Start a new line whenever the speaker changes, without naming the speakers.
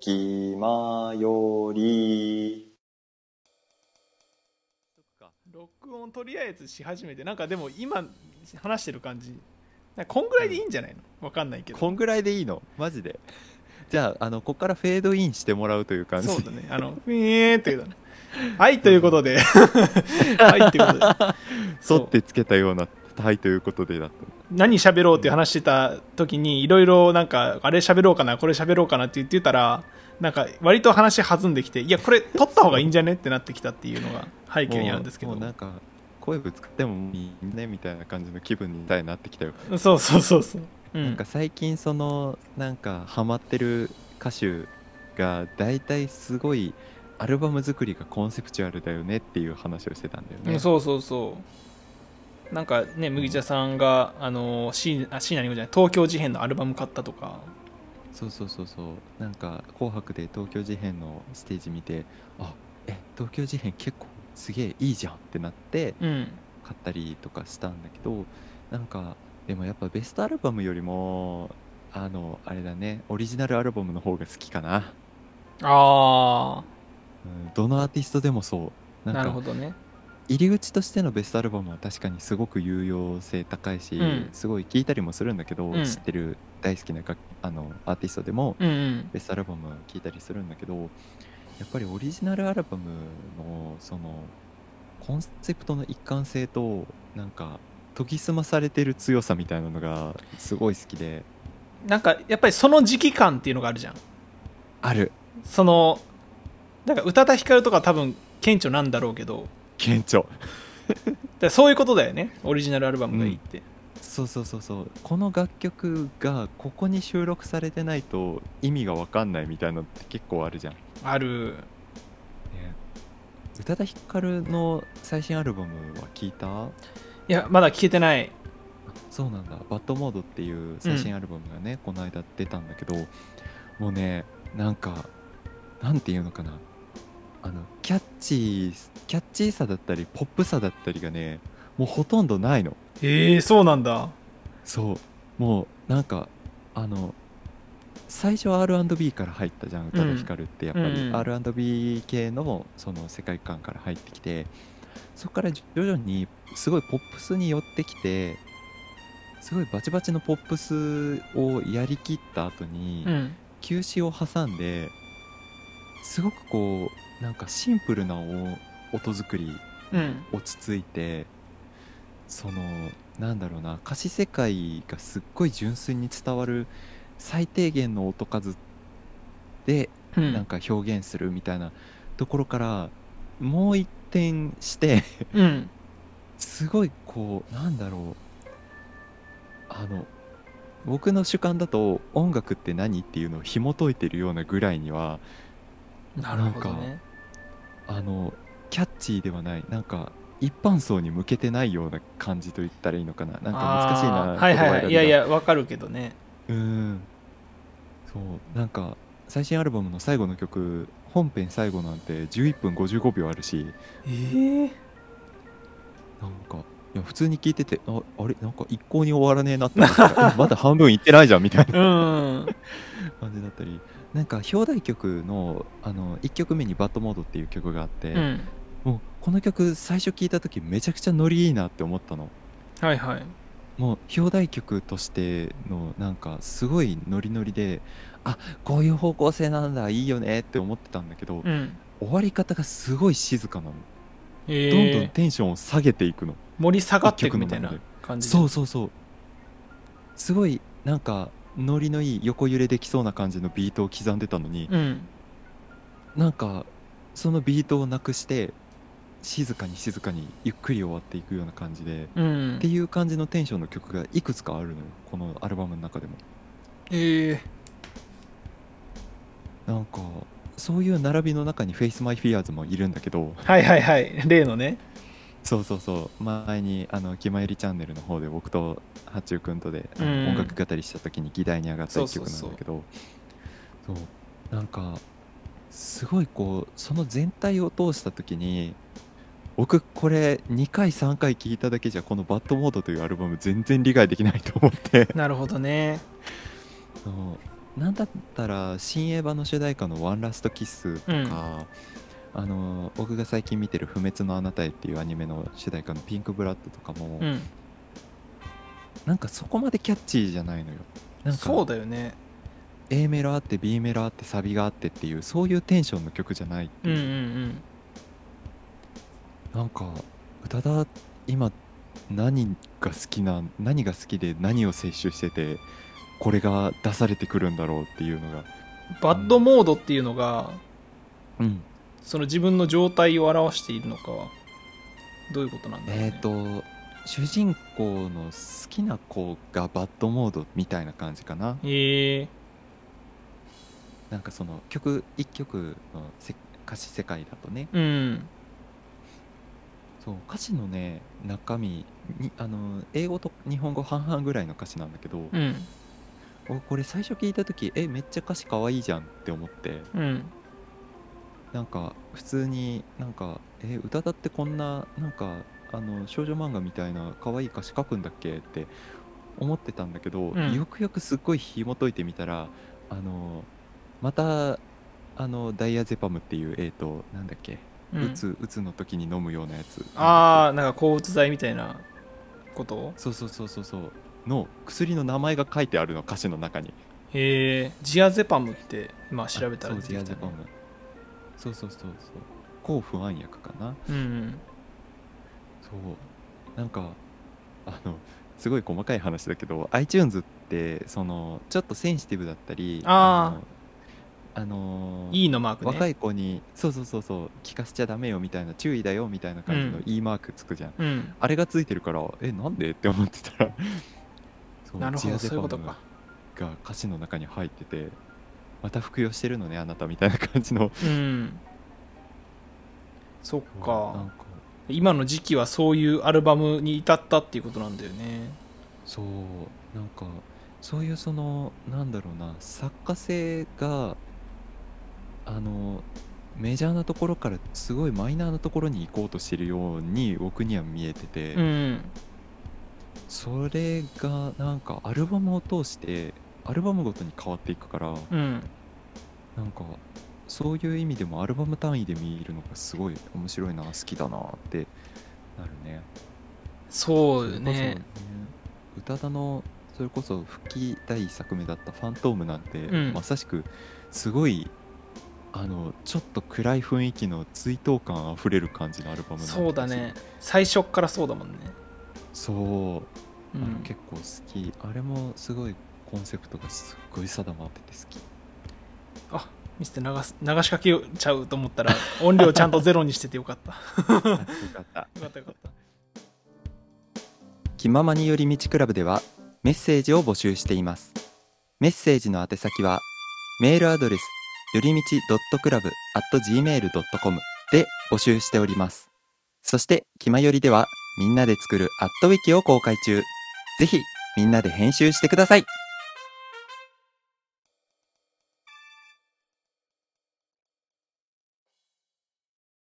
暇より
そっか録音とりあえずし始めてなんかでも今話してる感じなんかこんぐらいでいいんじゃないのわかんないけど
こんぐらいでいいのマジでじゃああのここからフェードインしてもらうという感じ
そう だねあのふえーって言うだねはいということではいというこ
沿
とで
ってつけたような「はい」ということでだった
何喋ろうっていう話してた時にいろいろなんかあれ喋ろうかなこれ喋ろうかなって言ってたらなんか割と話弾んできていやこれ撮った方がいいんじゃねってなってきたっていうのが背景にあるんですけ
も
ど
うもうなんか声ぶつかってもいいねみたいな感じの気分になってきたよ、
そうそうそうそうう
なん
ん
か最近そのなんかハマってる歌手が大体すごいアルバム作りがコンセプチュアルだよねっていう話をしてたんだよ
う
ね、
んそうそうそうなんかね麦茶さんが、あのシーあシーナリンゴじゃない東京事変のアルバム買ったとか
そうそうそうそうなんか「紅白」で東京事変のステージ見てあえ東京事変結構すげえいいじゃんってなって
うん
買ったりとかしたんだけどなんかでもやっぱベストアルバムよりもあのあれだねオリジナルアルバムの方が好きかな、
あ
うん、どのアーティストでもそうな
あなんる
か
ほどね
入り口としてのベストアルバムは確かにすごく有用性高いし、
うん
すごい聴いたりもするんだけど、
うん
知ってる大好きな楽あのアーティストでも
うんうん
ベストアルバム聴いたりするんだけどやっぱりオリジナルアルバムのそのコンセプトの一貫性となんか研ぎ澄まされてる強さみたいなのがすごい好きで
なんかやっぱりその時期感っていうのがあるじゃん
ある
そのなんか宇多田ヒカルとか多分顕著なんだろうけど
顕著
だからそういうことだよねオリジナルアルバムがいいって、
そうそうそうそうこの楽曲がここに収録されてないと意味が分かんないみたいなのって結構あるじゃん
ある
ね宇多田ヒカルの最新アルバムは聞いた
いやまだ聞けてない
そうなんだ「バッドモード」っていう最新アルバムがね、この間出たんだけどもうねなんかなんていうのかなあのキャッチーキャッチーさだったりポップさだったりがねもうほとんどないの
ええそうなんだ
そうもうなんかあの最初は R&B から入ったじゃん宇多田ヒカルってやっぱ
うんう
り
ん
R&B 系のその世界観から入ってきてそこから徐々にすごいポップスに寄ってきてすごいバチバチのポップスをやりきった後に
うん
休止を挟んですごくこうなんかシンプルなお音作り
うん
落ち着いてそのなんだろうな歌詞世界がすっごい純粋に伝わる最低限の音数で
う
なん
ん
か表現するみたいなところからもう一転して
うん
すごいこうなんだろうあの僕の主観だと音楽って何っていうのを紐解いてるようなぐらいには
なるほどね
あのキャッチーではないなんか一般層に向けてないような感じと言ったらいいのかななんか難しいな
あーはいは
言葉選び
いは
が
いいやいやわかるけどね
うーんそうなんか最新アルバムの最後の曲本編最後なんて11分55秒あるしな
ええ
んかいや普通に聞いててああれなんか一向に終わらねえなって思ったら えまだ半分いってないじゃんみたいな
うん
感じだったりなんか表題曲のあの1曲目に「バッドモード」っていう曲があって、
うん
もうこの曲最初聞いた時めちゃくちゃノリいいなって思ったの
はいはい
もう表題曲としてのなんかすごいノリノリであこういう方向性なんだいいよねって思ってたんだけど、
うん
終わり方がすごい静かなの、
ええ
どんどんテンションを下げていくの
盛り下がっていくみたいな感じで
そうそうそうすごいなんかノリのいい横揺れできそうな感じのビートを刻んでたのに、
うん
なんかそのビートをなくして静かに静かにゆっくり終わっていくような感じで、
うん
っていう感じのテンションの曲がいくつかあるのよこのアルバムの中でも
ええ
なんかそういう並びの中に「Face My Fears」もいるんだけど
はいはいはい例のね
そうそうそう前にあの「気まゆりチャンネル」の方で僕と八中君とで、あの
うん
音楽語りした時に議題に上がった一曲なんだけどそうなんかすごいこうその全体を通した時に僕これ2回3回聴いただけじゃこの「バッドモード」というアルバム全然理解できないと思って
なるほどね
そうなんだったら新映画の主題歌の「ワンラストキスとか、あの僕が最近見てる「不滅のあなたへ」っていうアニメの主題歌の「ピンクブラッド」とかも、
うん、
なんかそこまでキャッチーじゃないのよなん
そう
か
だよね
A メロあって B メロあってサビがあってっていうそういうテンションの曲じゃないって
うん
いううん
うん
なんか宇多田今何が好きな何が好きで何を摂取しててこれが出されてくるんだろうっていうのが、
バッドモードっていうのが
うん、
その自分の状態を表しているのかはどういうことなんだろう、
え
ね
っ、と主人公の好きな子がバッドモードみたいな感じかな
へえ
なんかその曲一曲のせ歌詞世界だとね
うん
そう歌詞のね中身にあの英語と日本語半々ぐらいの歌詞なんだけど、
うん
おこれ最初聞いた時えめっちゃ歌詞可愛いじゃんって思って
うん
なんか普通になんかえ歌だってこんななんかあの少女漫画みたいな可愛い歌詞書くんだっけって思ってたんだけど、
うん
よくよくすっごい紐解いてみたらあのまたあのダイアゼパムっていうえっ、となんだっけ、
う
うんつうつの時に飲むようなやつ
ああなんか抗うつ剤みたいなこと
そうそうそうそうそうの薬の名前が書いてあるの歌詞の中に
へえジアゼパムって今調べたら
あ
出
そ
て
う
き
ジ
た
ア
ね
ゼパムそうそうそうそう抗不安薬かな
うん
そうなんかあのすごい細かい話だけど iTunes ってそのちょっとセンシティブだったり
あ
あのあの
うん、E のマークね
若い子にそうそうそうそう聞かせちゃダメよみたいな注意だよみたいな感じの
うん
E マークつくじゃん、
うん
あれがついてるからえなんでって思って たらそう
なるほ
ジア
ど
ゼ
そう
パ
いう
ム
ことか
が歌詞の中に入っててまた服用してるのねあなたみたいな感じの
うんそっ
な
か
んか
今の時期はそういうアルバムに至ったっていうことなんだよね
そうなんかそういうそのなんだろうな作家性があのメジャーなところからすごいマイナーなところに行こうとしてるように僕には見えてて、
うん
それがなんかアルバムを通してアルバムごとに変わっていくから
うん
なんかそういう意味でもアルバム単位で見るのがすごい面白いな好きだなってなるね。
そう
れ
よ
こそ
ね
宇多田のそれこそ復帰第1作目だった「ファントーム」なんて、
うん
まさしくすごいあのちょっと暗い雰囲気の追悼感あふれる感じのアルバムなん
そうだね最初っからそうだもんね、
そうう、あの
ん、
結構好きあれもすごいコンセプトがすっごい定まってて好き
あ見せて流す流しかけちゃうと思ったら音量ちゃんとゼロにしててよ かったよ
よかった
かったよかった
気ままに寄り道クラブではメッセージを募集していますメッセージの宛先はメールアドレスよりみち .club.gmail.com で募集しておりますそして気まよりではみんなで作るアットウィキを公開中ぜひみんなで編集してください